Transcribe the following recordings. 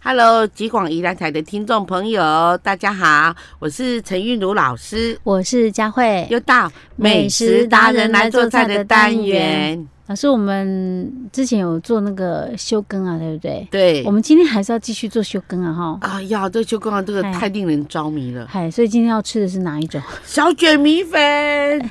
Hello，吉广宜兰台的听众朋友，大家好，我是陈韵如老师，我是佳慧。又到美食达人来做菜的单元。老师，我们之前有做那个休耕啊，对不对？对我，们今天还是要继续做休耕啊，哈。啊呀，这秋光这个哎太令人着迷了，嗨，所以今天要吃的是哪一种？小卷米哎粉。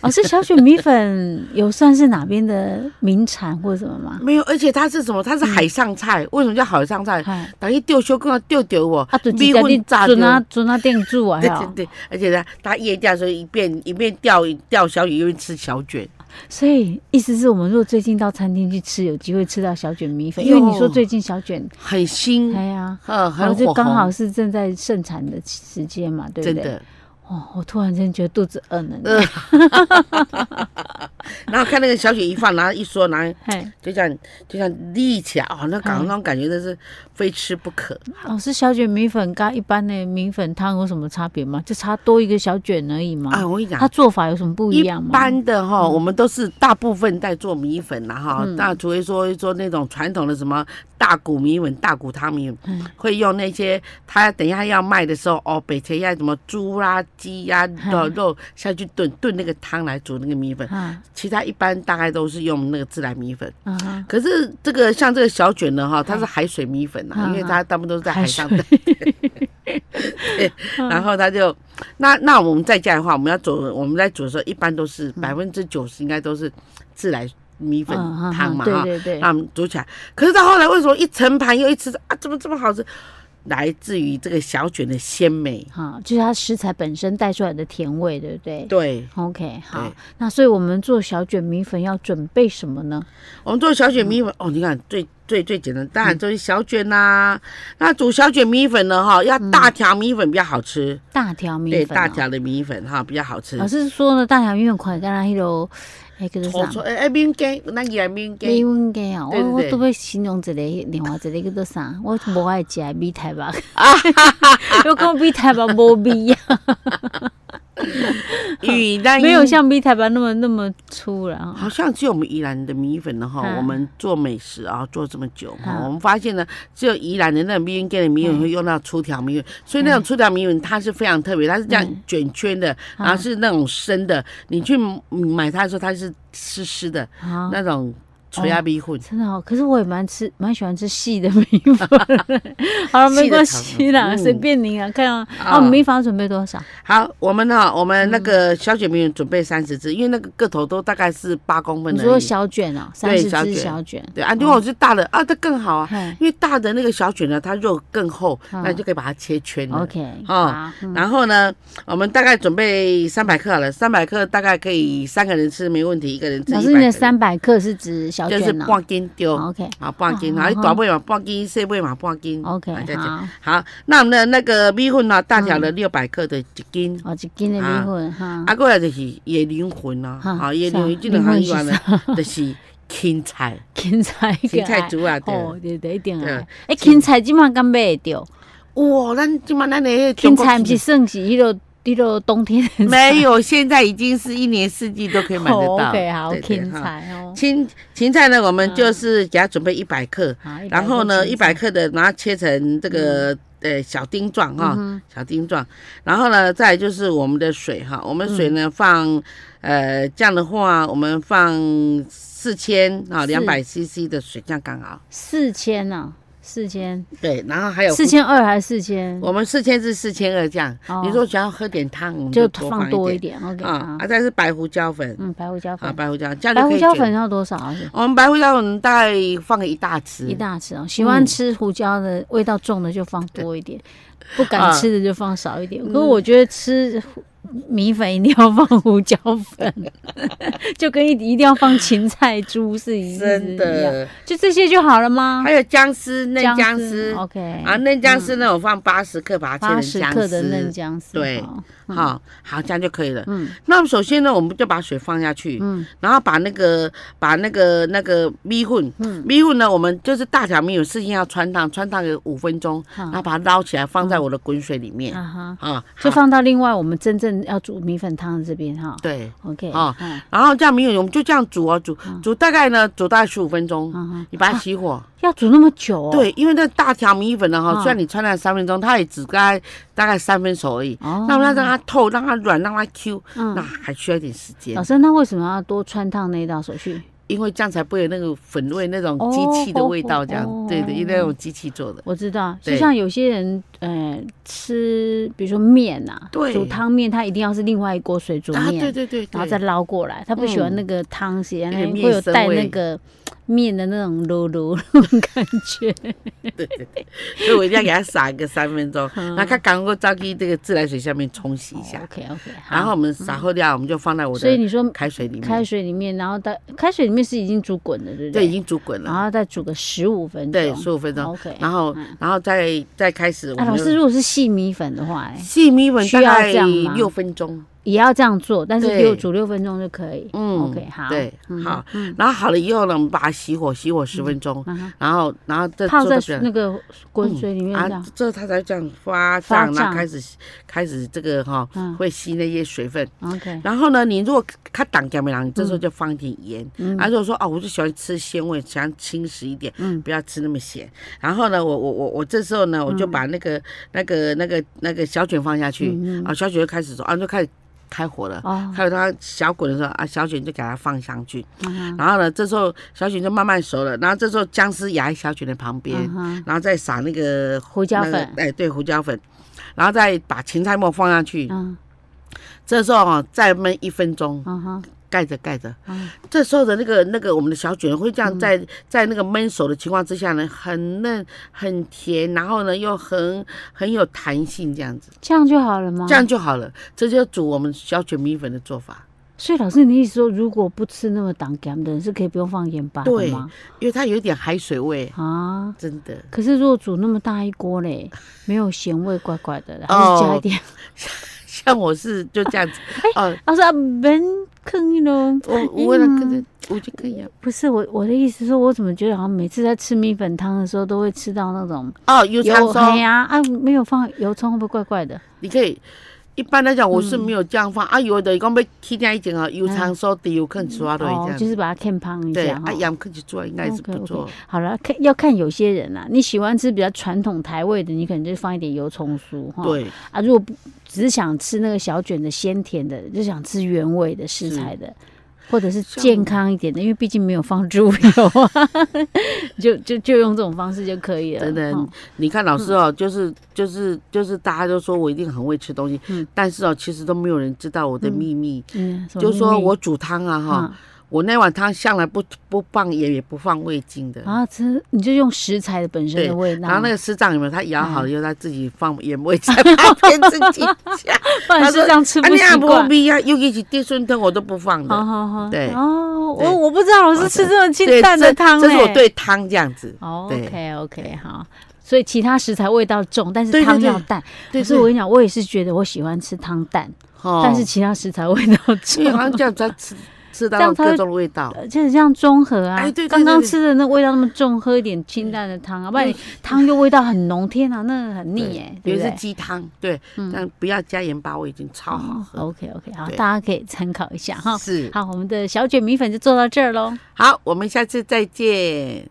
老师，小卷米粉有算是哪边的名产或什么吗？没有，而且它是什么？它是海上菜，为什么叫海上菜？嗨，等于丢修更要丢丢我啊，，准家店嗯炸准啊准啊店住啊，对还对有对，而且呢，它夜钓的时候一边一边钓钓小鱼，一边吃小卷。所以意思是我们如果最近到餐厅去吃，有机会吃到小卷米粉，哎因呦为你说最近小卷，很新，哎呀，呃，很然后火就红，刚好是正在盛产的时间嘛，对不真对？的。哦，我突然间觉得肚子饿了呢。呃然后看那个小雪一放，然后一说，然后嘿，就这样就这样立起来，哦，那感嗯那种感觉真是非吃不可。老师，小卷米粉跟一般的米粉汤有什么差别吗？就差多一个小卷而已嘛。啊，我跟你讲它，做法有什么不一一嗯样吗？般的哈，我们都是大部分在做米粉啦哈，那除非说做那种传统的什么大骨米粉、大骨汤米粉，会用那些他等一下要卖的时候哦，北切要什么猪啦、鸡呀、肉肉下去炖炖那个汤来煮那个米粉，啊，其他一般大概都是用那个自来米粉。啊哈，可是这个像这个小卷呢，哈，它是海水米粉啊，嗯因为它大部分都是在海上海 嗯的。对，然后它就那那我们在家的话，我们要煮，我们在煮的时候，一般都是百分之九十应该都是自来米粉嗯嗯汤嘛，对哈，对对那，我们煮起来。可是到后来为什么一盛盘又一吃啊，怎么这么好吃？来自于这个小卷的鲜美，好，啊就是它食材本身带出来的甜味，对不对？对 OK，好对，那所以我们做小卷米粉要准备什么呢？我们做小卷米粉、哦，你看最最最简单，嗯当然就是小卷呐、那煮小卷米粉呢，哈，要大条米粉比较好吃，大条嗯米粉、哦对，大。条的米粉哈比较好吃老。师说呢，大条米粉款干那迄落，哎，叫做搓啥搓？哎哎，面羹，咱也面米羹粉羹啊，对对我我对都要形容一个，另外一个叫做啥？ 我无爱食米 苔目，我讲米苔目无味啊，与咱没有像米苔目那么那么粗了啊。好像只有我们宜兰的米粉呢哈，嗯我们做美食啊做这么久哈，嗯我们发现呢，只有宜兰的那种面羹的米粉会用到粗条米粉，所以那种嗯粗条米粉它是非常特别，它是这样卷圈的，嗯然后是那种生的，你去买它的时候它是湿湿的啊， 那种垂鸭米粉。真的哦，可是我也蛮吃蛮喜欢吃细的米粉 的。好了，没关系啦，嗯随便您啊，看啊。啊啊，我们米粉要准备多少？好，我们呢，我们那嗯个小卷米粉准备三十只，因为那个个头都大概是八公分你的。说小哦卷哦，三对十小只卷小卷。对啊，如果是大的啊，这更好啊，嗨因为大的那个小卷呢，它肉更厚，嗯那你就可以把它切圈了。 OK，哦好，嗯然后呢，我们大概准备三百克好了，三百克大概可以三个人吃没问题，一个人吃老一师，百你的克。三百克是指小就是卷呢啊半斤丢， ？OK，好半斤，哦然后哦一大尾嘛半斤，细尾嘛半斤。啊 OK，这样子好，嗯好，那我们的那个米粉呢，大条的六百克的一斤，哦，一斤的米粉哈，啊，过来就是野灵魂啊，哈好，野灵是魂啊这两项以灵外魂是呢，就是芹 菜， 芹菜一芹个菜爱，煮啊，对。哦，对对，一定对啊爱。哎，芹菜即满敢买会着？哇，咱今嘛咱的那个芹中国 菜不是算是迄落迄落冬天的没有，现在已经是一年四季都可以买得到。哦 OK，好，对对芹哈菜嗯哦，芹芹菜呢，我们就是给它准备一百克，好100然后克呢，芹一百菜克的，然后切成这嗯个呃小丁状哈，小丁状。然后呢，再来就是我们的水哈，我们水嗯呢放呃这样的话，我们放四千啊两百 CC 的水，这样刚好。四千啊，四千，对，然后还有四千二还是四千？哎我们四千至四千二这样哦。你如果想要喝点汤，我们就多放放多一一点点，OK 啊啊啊，，再是白胡椒粉嗯，白胡椒啊，粉，白胡椒这样就白可胡以椒卷粉要多少啊？是我们白胡椒粉大概放个一大匙，一大匙哦，喜嗯欢吃胡椒的味道重的就放多一点，不啊敢吃的就放少一点。可是嗯我觉得吃胡米粉一定要放胡椒粉， 就跟一一定要放芹菜猪是一真是一样，的。就这些就好了吗？还有姜丝、嫩姜丝，OK 啊，嫩姜丝呢，我放八十克，把它哎嗯八切十成姜克的嫩丝。姜丝，对好好，好，这样就可以了。嗯那么首先呢，我们就把水放下去，嗯然后把那个把那个那个米混，嗯米混呢，我们就是大小米有事情要穿烫，穿烫个五分钟，好然后把它捞起来，放在我的滚水里面啊哈。啊，就好放到另外我们真正正要煮米粉汤的这边哈。对， OK，哦嗯然后这样米粉我们就这样煮哦，煮煮大概呢，煮大概十五分钟，嗯嗯你把它熄火。要煮那么久哦？对，因为那大条米粉呢哈，嗯虽然你穿了三分钟，它也只大概大概三分熟而已。哦，那我们要让它透，让它软，让它 Q，那嗯，还需要一点时间老，师，那为什么要多穿烫那一道手续？因为这样才不会有那个粉味那种哦机器的味道，哦这样哦对的，因为那种机器做的。我知道，对就像有些人，呃，吃比如说面啊，对煮汤面，他一定要是另外一锅水煮啊，面，对对对，然后再对捞过来，他不喜欢嗯那个汤咸，哎有点会面有生带那味个面的那种噜噜那种感觉。所以我一定要给它撒个三分钟， 嗯那它赶快招去这个自来水下面冲洗一下， OK OK，然后我们撒后料，我们就放在我哦所以的嗯你说开水里开面，水里面，然后到开水里面是已经煮滚了，对不对，对？已经煮滚然了，后再煮个十五分钟，对，十五分钟， OK。然后然后再再开始我啊，老们师，就。如果是细米粉的话、哎细米粉需大要概这样吗六分钟，也要这样做，但是对六煮六分钟就可以。嗯 OK，好，对嗯，好，然后好了以后呢，我们把它熄火，熄火十分钟，嗯哼然后然后再泡做在到这样那个滚水里面这啊样，，这它才这样发发胀，然胀后开始开始这个哈嗯会吸那些水分。 OK，然后呢，你如果它挡掉没挡，你这时候就放一点盐。嗯啊，如果说哦，我就喜欢吃鲜味，想轻食一点，嗯不要吃那么咸。然后呢，我我我我这时候呢，我就把那个、那个那个那个小卷放下去，嗯嗯嗯啊，小卷就开始说啊，就开始开火了。哦，还有它小滚的时候啊，小卷就给它放上去，嗯哼然后呢，这时候小卷就慢慢熟了，然后这时候姜丝压在小卷的旁边，嗯哼然后再撒那个胡椒那个粉哎，对，胡椒粉，然后再把芹菜末放上去，嗯这时候啊再焖一分钟，嗯哼盖着盖着，嗯这时候的那个那个我们的小卷会这样在、在那个焖熟的情况之下呢，很嫩很甜，然后呢又很很有弹性这样子，这样就好了吗？这样就好了，这就是煮我们小卷米粉的做法，所以老师，你意思说，如果不吃那么挡干的人，是可以不用放盐巴的对吗？因为它有一点海水味，啊，真的。可是如果煮那么大一锅嘞，没有咸味，怪怪的，还是哦加一点。 像我是就这样子，哦，老师啊，门坑喽。我我为了跟嗯着我就可以啊。不是我我的意思是，我怎么觉得好像每次在吃米粉汤的时候，都会吃到那种哦，有油常说黑啊啊，没有放油葱会不会怪怪的？你可以。一般来讲，我是嗯没有这样放、啊，有的讲要起掉一点啊，油肠烧的油肯抓啊都会这哦样，就子。是把它看胖一对，下啊哈。，羊肯去做应该是不 OK，OK 错。好了，看要看有些人啊，你喜欢吃比较传统台味的，你可能就放一点油葱酥哈。对，啊，如果不只是想吃那个小卷的鲜甜的，就想吃原味的食材的，或者是像健康一点的，因为毕竟没有放猪油啊， 就就就用这种方式就可以了。真的哈你看老师嗯哦，就是就是就是大家都说我一定很会吃东西，嗯但是哦，其实都没有人知道我的秘密，嗯，什么就是说秘密我煮汤啊哈，啊我那碗汤向来不不放盐，也不放味精的。啊，这你就用食材的本身对的味道，然后那个个师长有没有？他舀嗯好了以后，他自己放盐味在旁边自己加。不然他是说 这样吃啊，不你习也惯不。必啊，尤其是地顺汤我都不放的好。好好，对哦，对我我不知道老师吃这么清对，淡的这汤欸这是我嘞。对汤这样子。哦对，OK OK，好。所以其他食材味道重，但对是对汤对要淡。对可是我跟你讲，我也是觉得我喜欢吃汤淡，哦但是其他食材味道重因为，好像这样才 吃吃这到样才会呃各种味道。而且这样综合啊哎对对。刚刚对对嗯吃的那味道那么重，喝一点清淡的汤啊，不然你汤又味道很浓，天啊，那很腻哎，对尤不其是对？嗯鸡汤，对，但不要加盐巴味精，超好喝。 OK OK，好，哦嗯对大家可以参考一下哈。是，好，我们的小卷米粉就做到这儿喽。好，我们下次再见。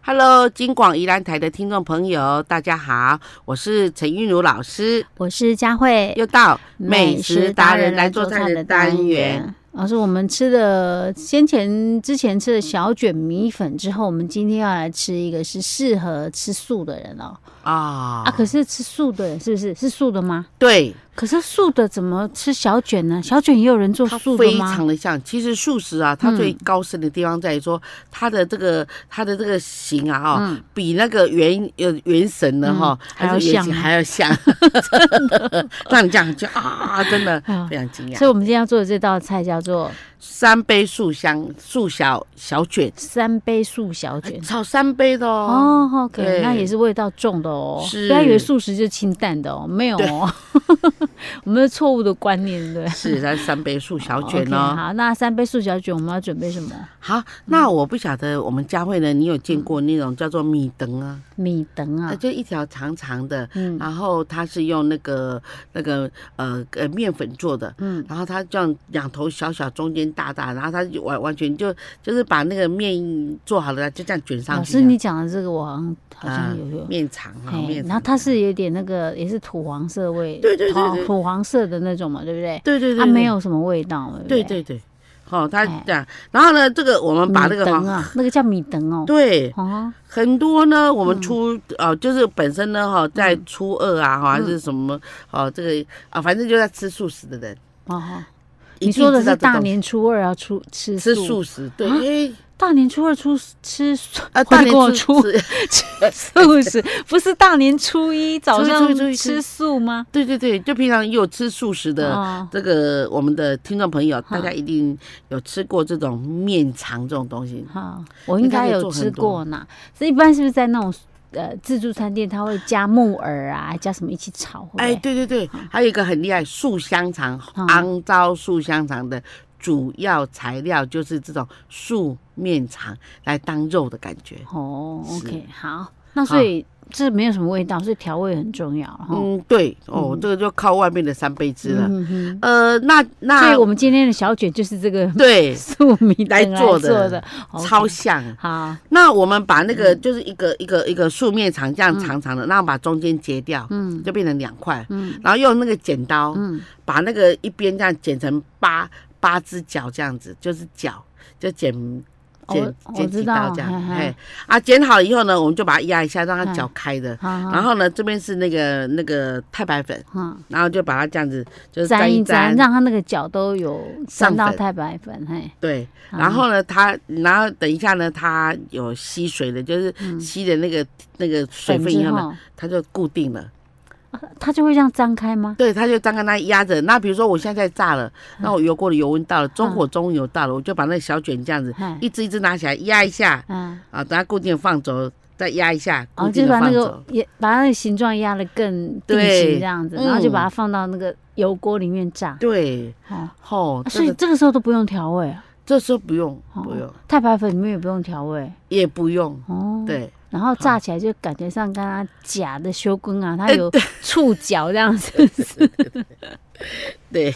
Hello，金广宜兰台的听众朋友，大家好，我是陈韵如老师，我是佳慧，又到美食达人来做菜的单元。。老师，我们吃的先前之前吃的小卷米粉之后，我们今天要来吃一个是适合吃素的人哦。啊啊，可是吃素的人是不是是素的吗？对，可是素的怎么吃小卷呢？小卷也有人做它哦素的非吗？常的像。其实素食啊，它嗯最高深的地方在于说，它的这个它的这个形啊，哦，嗯，比那个原呃原神的哈嗯，还是要原像型吗还要像， 让你这样就啊，真的 啊非常惊讶 所。以我们今天要做的这道菜叫做三杯素香素小小卷，三杯素小卷。炒三杯的哦。哦，OK，对那也是味道重的哦。是不要以为素食就是清淡的哦，没 有哦。我们有错误的观念，对。是，它是三杯素小卷 OK，哦。好，那三杯素小卷我们要准备什么？好，那我不晓得我们佳慧呢，你有嗯见过那种叫做米灯啊？米等它啊，就一条长长的，嗯然后它是用那个那个呃呃面粉做的，嗯，然后它这样两头小小，中间大大，然后它就完完全就就是把那个面做好了，就这样卷上老去师了。你讲的这个我好像好啊像有有。面肠啊，嘿面肠。然后它是有点那个，也是土黄色味，对对对土对土黄色的那种嘛，对不对？对对对，它对啊没，有什么味道，对对不对对对，好，它哎这样，然后呢，这个我们把那个米哈灯啊，那个叫米灯哦，对，哦，很多呢，我嗯们初、呃，就是本身呢哈，在初二啊哈，还嗯是什么哦，这个啊，反正就在吃素食的人，哦哦，一你定说的知道是这大东西年初二要出吃吃素食，对，啊因为大年初二出吃素啊，回大来跟我年初出吃 素食，不是 大年初一早初一上初一初一吃素吗？对对对，就平常也有吃素食的。哦，这个我们的听众朋友，大嗯家一定有吃过这种面肠这种东西，好，我应该有吃过呢。是一般是不是在那种呃自助餐店，它会加木耳啊，加什么一起炒？会不哎，会，对对对，还有一个很厉害，素香肠，嗯昂糟素香肠的主要材料就是这种素面肠来当肉的感觉。哦是，OK，好，那所以这没有什么味道，所以调味很重要哈。嗯，对，哦，这个就靠外面的三杯汁了。嗯哼呃，那所以那我们今天的小卷就是这个对素米灯来做的做的，OK 超像。啊好，那我们把那个嗯就是一个一个一个素面肠这样长长的，然后把中间截掉，嗯就变成两块，嗯然后用那个剪刀嗯，把那个一边这样剪成八八只脚这样子，就是脚就剪。哦剪我剪知几刀道这嘿样，嘿哎啊，剪好以后呢，我们就把它压一下，让它脚开的。好好然后呢，这边是那个那个太白粉，嗯，然后就把它这样子就是沾沾一一沾，沾，让它那个脚都有沾上到粉太白粉，嘿，对，好然后呢，它然后等一下呢，它有吸水的，就是吸的那个、那个水分以嗯之后呢，后，它就固定了。它就会这样张开吗？对，它就刚刚那压着。那比如说我现在在炸了，嗯那我油锅的油温到了，中火中油到了，我就把那个小卷这样子嘿，一只一只拿起来压一下嗯，啊，等它固定放走，再压一下，然固后哦就定是把的那放个走。也把那个形状压得更定对型这样子，然后就嗯把它放到那个油锅里面炸。对，哦，吼、所这以个这个时候都不用调味啊，这时候不用哦不用太白粉里面也不用调味也不用，哦。，对，然后炸起来就感觉上跟它假的修根啊，哎它有 触角这样子。 对。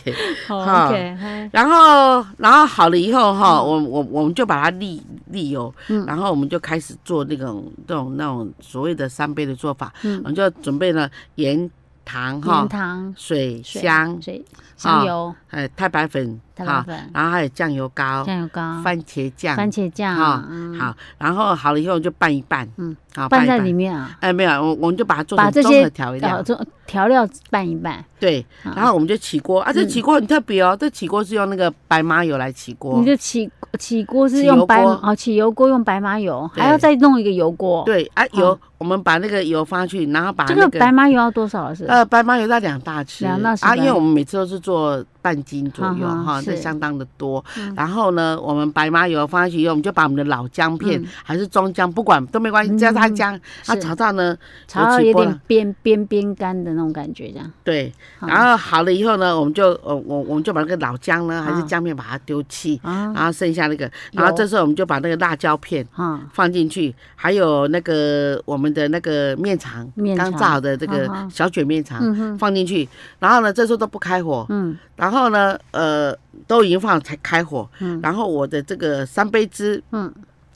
哦好 OK，嗨然后，然后好了以后哈，我我我们就把它沥沥油，嗯然后我们就开始做那种这种那种所谓的三杯的做法，嗯我们就准备了盐、糖哈盐、糖、水、水香、水、香油、哎太白粉太白哈，粉、然后还有酱油膏、酱油膏、番茄酱，番茄酱哈，嗯好，然后好了以后就拌一拌，嗯，好拌在里。面啊，哎，没有，我我们就把它做把成这综些合调味调料，这调料拌一拌。对，好然后我们就起锅啊，这嗯起锅很特别哦，这起锅是用那个白麻油来起锅，你的起起锅是起用油白锅哦，起油锅用白麻油，对还要再弄一个油锅。，对啊，好油我们把那个油放下去，然后把哦这那个个白麻油要多少啊老师？呃白麻油到两大匙，两大匙啊，白因为我们每次都是做半斤左右嗯哼哈，是嗯这相当的多。然后呢，我们白麻油放下去以后，我们就把我们的老姜片嗯还是中姜，不管都没关系，只要它姜，它是炒到呢，炒到起有锅点了边边边干的那种感觉，这样。对，好然后好了以后呢，我们就呃我我们就把那个老姜呢还是嗯姜片把它丢弃，啊然后剩下那个，然后有这时候我们就把那个辣椒片。啊，放进去，还有那个我们的那个面肠面，肠刚炸好的这个啊哈小卷面肠、嗯哼放进去，然后呢，这时候都不开火，嗯然后呢，呃，都已经放了才开火，嗯然后我的这个三杯汁嗯，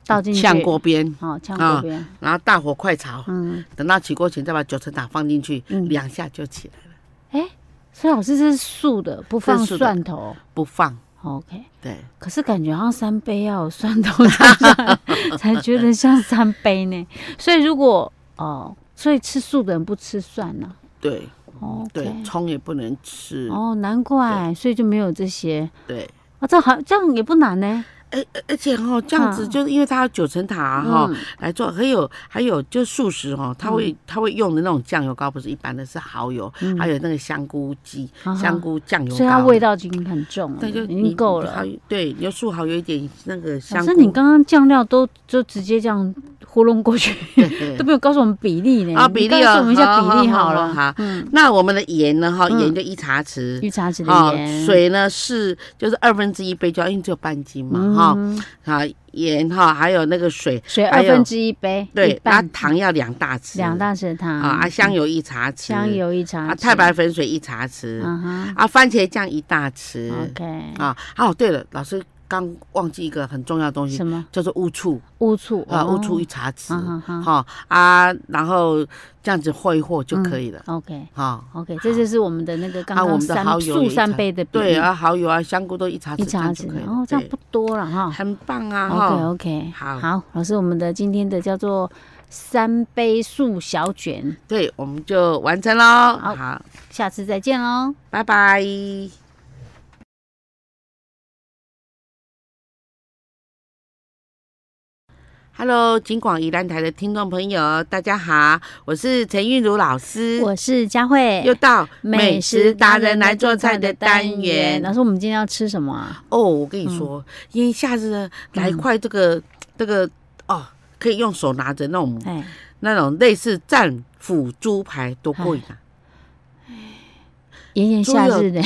倒进去。炝锅。边，哦，炝啊锅边。然后大火快炒，嗯，等到起锅前再把九层塔放进去，嗯两下就起来了，哎，所以老师这是素的，不放这是素的蒜头。不放， OK。对，可是感觉好像三杯要有蒜头 才像才觉得像三杯呢，所以如果哦，所以吃素的人不吃蒜啊呢、对哦，对，葱也不能吃，哦，难怪，所以就没有这些对。啊，这好这样也不难呢。哎、而而且哈、这样子嗯就是因为它有九层塔哈、来做，还有还有就素食哈、它会、嗯它会用的那种酱油膏不是一般的，是蚝油，还有那个香菇鸡、啊哈香菇酱油膏，嗯所以它味道已经很重了，对，就已你经够了。蚝油对，你就素蚝有一点那个老香菇，师，你刚刚酱料都就直接这样糊弄过去，对 都没有告诉我们比例呢。啊你比例告哦诉我们一下比例好好了。好好嗯，那我们的盐呢？哈，嗯盐就一茶匙。绿茶籽啊的盐，，水呢是就是二分之一杯就好，因为只有半斤嘛，哈、嗯，啊，盐哈，还有那个水，水还二有分之一杯，一对，那半糖要两大匙，两大匙糖啊，啊，香油一茶匙，嗯香油一茶啊，匙，太白粉水一茶匙，嗯哼啊，番茄酱一大匙， ，OK，啊，哦，对了，老师刚忘记一个很重要的东西什，么叫做乌醋乌醋嗯啊，哦乌醋一茶匙，嗯哼哼哈啊，然后这样子和一和就可以了， ，OK。哈。嗯 OK，这就是我们的那个刚啊我刚们的三蚝油素也三才杯的比对例，啊，蚝油啊、香菇都一茶匙，一茶就匙，可以了。然后这样对不多了哈。很棒啊！ OK 哦哈， OK，好老师，我们的今天的叫做三杯素小卷，对，我们就完成喽。好好，下次再见喽。拜拜。Hello，金广宜兰台的听众朋友，大家好，我是陈韵如老师，我是佳慧，嗯又到美食达人来做菜的单元老师，我们今天要吃什么啊？哦。我跟你说，因为下次呢来一块这个、这个哦，可以用手拿着那种哎，那种类似战斧猪排，多过瘾啊！炎炎夏日呢，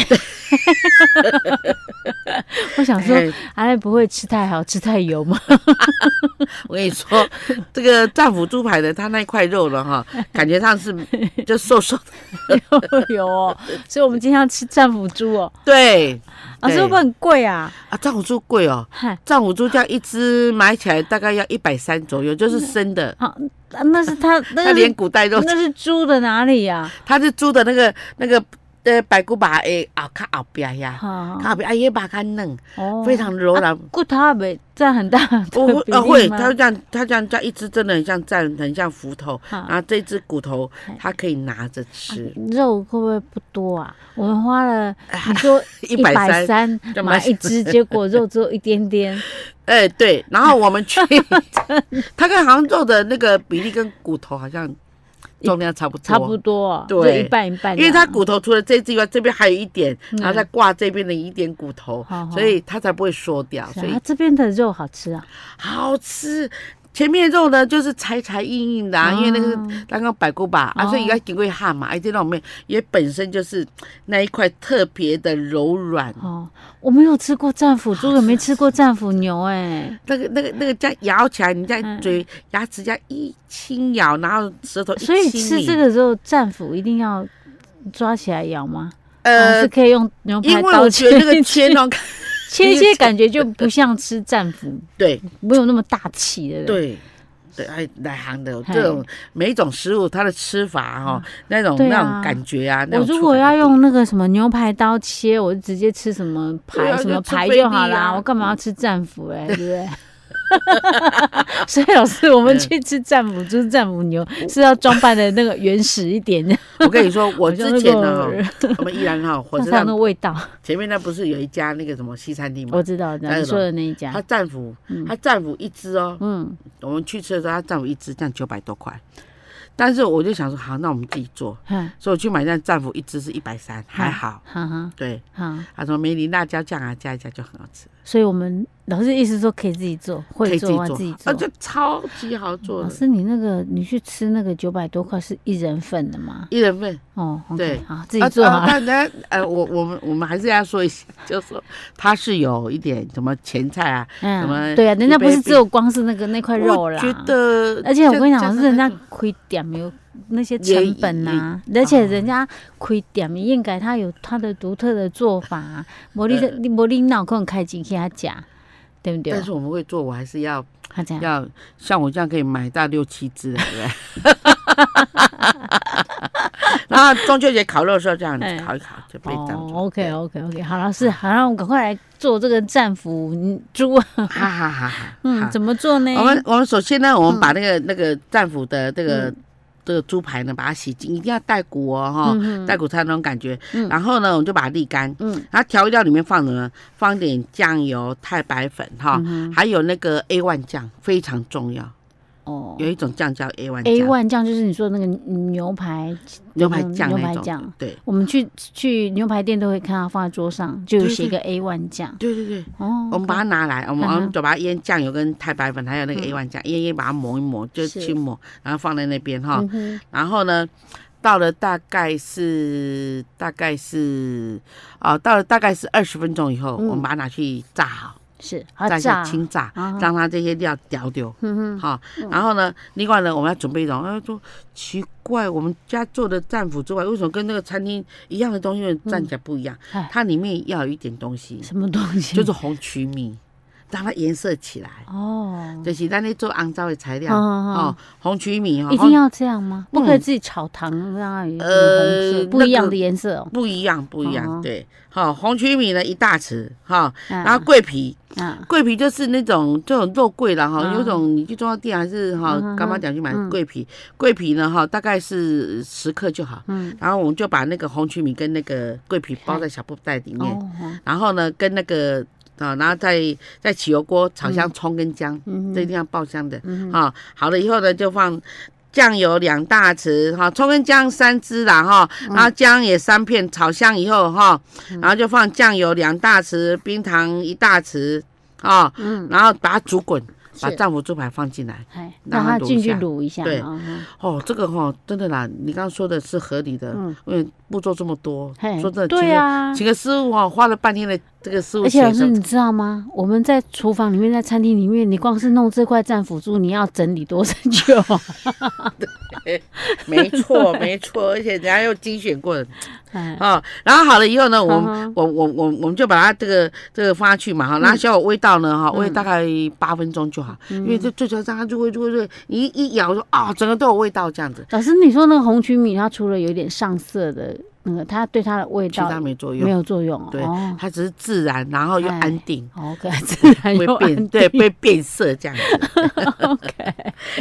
我想说，哎阿赖不会吃太好，吃太油吗？ 我跟你说，这个战斧猪排的，它那一块肉了 哈，感觉上是就瘦瘦的。有哦，所以我们今天要吃战斧猪哦。对，老师对会不会很 贵啊？啊，战斧猪贵哦，嗨，战斧猪这样一只买起来大概要一百三左右，就是生的，好，啊那是他，它那连是骨带肉，那是猪的哪 里呀？它是猪的那个那个呃白骨把诶啊看后边呀，好看后边哎也把它嫩，哦非常柔软。骨头没占很 大的我会比呃例会，吗？它这样它这样这样一只真的很像战，很像斧头，好然后这只骨头啊哎啊它可以拿着吃，肉会不会不多啊？我们 花了你说一百130三就买买一只，结果肉只有一点点， 哎、对，然后我们 去， 它跟杭州的那个比例跟骨头好像重量差不多，差不多啊，对就一半一半这样。因为它骨头除了这只以外，这边还有一点，然后再挂这边的一点骨头，嗯好好所以它才不会缩掉，是所啊，以它这边的肉好吃啊，好吃。前面肉呢，就是柴柴硬硬的、啊，因为那个是哦刚刚摆过吧，啊，所以哦要经过汗嘛，而且那里面也本身就是那一块特别的柔软，哦，我没有吃过战斧啊猪，也没吃过战斧牛，哎，那个、那个、那个，这样咬起来，你这样嗯嘴、牙齿这样一轻咬，然后舌头一所以轻吃抿这个时候战斧一定要抓起来咬吗？哦呃是，可以用牛因排为我刀觉切得那个切 哦，切一切，感觉就不像吃战斧，对没有那么大气的。，对。对，哎，来行的嘿这种每一种食物，它的吃法哈、哦，那种、对啊那种感觉啊，那我种如触果感要都用那个什么牛排刀切，我就直接吃什么对排啊什么就吃排菲就好力啊啦，我干嘛要吃战斧哎，对不对？ 所以老师，我们去吃战斧猪、战斧牛是要装扮的那个原始一点，我跟 你说，我好像之前呢那 个，我们依然 哈，火那车才有那个站味道。前面那不是有一家那个什么西餐厅我吗？知道，嗯还有什你么说的那一他家，战斧，他战斧一只哦，嗯，我们去吃的时候，他战斧一只，这样九百多块。但是我就想说，好，那我们自己做，哈所以我去买那战斧一只是一百三，还好。哈哈对，哈。他说梅林辣椒酱啊，加一加就很好吃，所以我们老师意思说可以自己做，可会以做啊，自自己己做哦做，啊，。这超级好做老的，师，你那个你去吃那个九百多块是一人份的吗？一人份。哦，OK，对好，自己做啊好啊了。当然，呃，我我们我们还是要说一下，就是说它是有一点什么前菜啊，什么嗯，对啊，人家不一是杯只有光是那个那块肉我啦，觉得，而且我跟你讲，加老上师人那家种亏点有那些成本呐、而且人家亏点应该他有他的独特的做法、啊，无你呃你无你脑可能开钱去他讲，对不对但？是我们会做，我还是要他这样，哦要像我这样可以买到六七只，对不对？ 然后中秋节烤肉的时候这样哎烤一烤就被哦这样做。 ，OK OK OK，好老师，好，让我们赶快来做这个战斧嗯猪啊，哈哈哈哈。嗯，好怎么做呢？嗯我们我们首先呢，我们把那个那个战斧的这个。这个猪排呢，把它洗净，一定要带骨哦，哈、带骨才有那种感觉。然后呢，我们就把它沥干。嗯然后调味料里面放什么呢？放一点酱油、太白粉嗯哈，还有那个 A 1酱非常重要。哦有一种酱叫 A 1 A 酱， one 酱就是你说的那个牛排牛排酱牛那排种酱的。对我们去去牛排店都会看它放在桌上，就有写一个 A one 酱对对对，哦。我们把它拿来，我们嗯哼嗯我们就把它腌酱油跟太白粉，还有那个 A 1酱，腌腌把它磨一磨，就是去磨，然后放在那边哈。嗯哼然后呢，到了大概是大概是啊，到了大概是二十分钟以后，嗯我们把它拿去炸好，是它炸一下炸，轻炸，啊让它这些料掉掉。嗯哼，好，然后呢，另外呢，我们要准备一种，他说奇怪，我们家做的战斧之外，为什么跟那个餐厅一样的东西站起来不一样？哎它里面要有一点东西，什么东西？就是红曲米，让它颜色起来。哦，就是咱咧做肮糟的材料哦哦哦哦，红曲米哈，一定要这样吗？嗯不可以自己炒糖让它有呃红色，那不个一样的颜色哦。不一样，不一样，哦对，好、红曲米呢一大匙哈、嗯然后桂皮，啊，桂皮就是那种这种肉桂了哈、嗯有种你去中药店还是哈嗯哼哼干妈讲去买嗯桂皮，桂皮呢哈大概是十克就好，嗯，然后我们就把那个红曲米跟那个桂皮包在小布袋里面，哦，哦然后呢跟那个啊，然后再再起油锅炒香葱跟姜，嗯这一定要爆香的啊、嗯好了以后呢，就放酱油两大匙哈，葱跟姜三支啦哈，然后姜也三片，炒香以后哈，然后就放酱油两大匙，冰糖一大匙啊，嗯然后把它煮滚，把是战斧猪排放进来。哎，让让它它卤进一去下卤一下，对啊哈哦，这个哈、真的啦，你刚刚说的是合理的，嗯因为步骤这么多，嘿说真的，对啊请个请个师傅哈、花了半天的这个师傅而写且老师，的，你知道吗？我们在厨房里面，在餐厅里面，你光是弄这块战辅助，你要整理多久啊？ 没错没错，而且人家又精选过的，哎，哦，然后好了以后呢，我嗯们哼嗯我我我我们就把它这个这个放下去嘛哈，然后小火煨到呢哈，煨大概八分钟就好，因为这最主要让它入味入味入味，你一一咬说啊，整个都有味道这样子，老师，你说那个红曲米，它除了有一点上色的那个，它对它的味其他道没作没用，有作用哦。对哦，它只是自然，然后又哎安定。好可爱，自 然会又变哎安对定会变色这样 子， OK，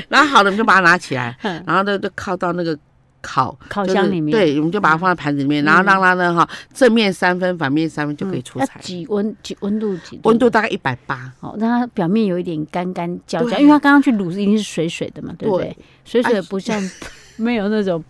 然后好了我们就把它拿起来，然后呢就靠到那个烤嗯烤就是箱里面嗯对，我们就把它放在盘子里面，然后让它呢哈正面三分，反面三分就可以出要菜，嗯几温几温度几温度大概一百八，哦，让它表面有一点干干焦焦，对因为它刚刚去卤是一定是水水的嘛，对不对啊对？水水而的且不 像没有那种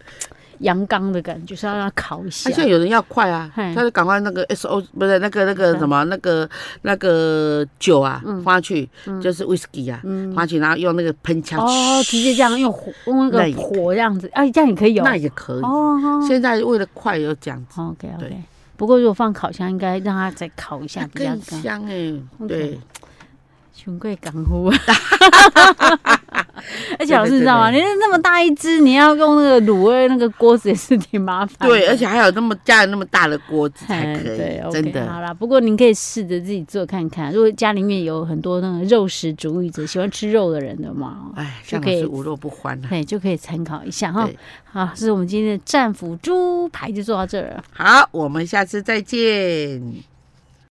阳刚的感觉，是要让它烤一下而。且有人要快啊，嘿他就赶快那个 S O 不是那个那个嗯什么那个那个酒啊，放下去就是 whisky 啊，放下去然后用那个喷枪，哦，直接这样用火用那那也个火这样子，啊，这样也可以有那也可以。哦。现在为了快又这样子， OK 对 OK，不过如果放烤箱，应该让它再烤一下比较更干。香哎， OK 对，全贵港 啊！而且对老师对你知道吗？你对那么大一只，你要用那个卤味那个锅子也是挺麻烦的。对，而且还有那么家里那么大的锅子才哎可对以， ，OK，真好的。啦，不过您可以试着自己做看看。如果家里面有很多那个肉食主义者，喜欢吃肉的人的嘛，哎，就像老可以师无肉不欢啊。对，就可以参考一下哈对。好，是我们今天的战斧猪排就做到这儿了。好，我们下次再见。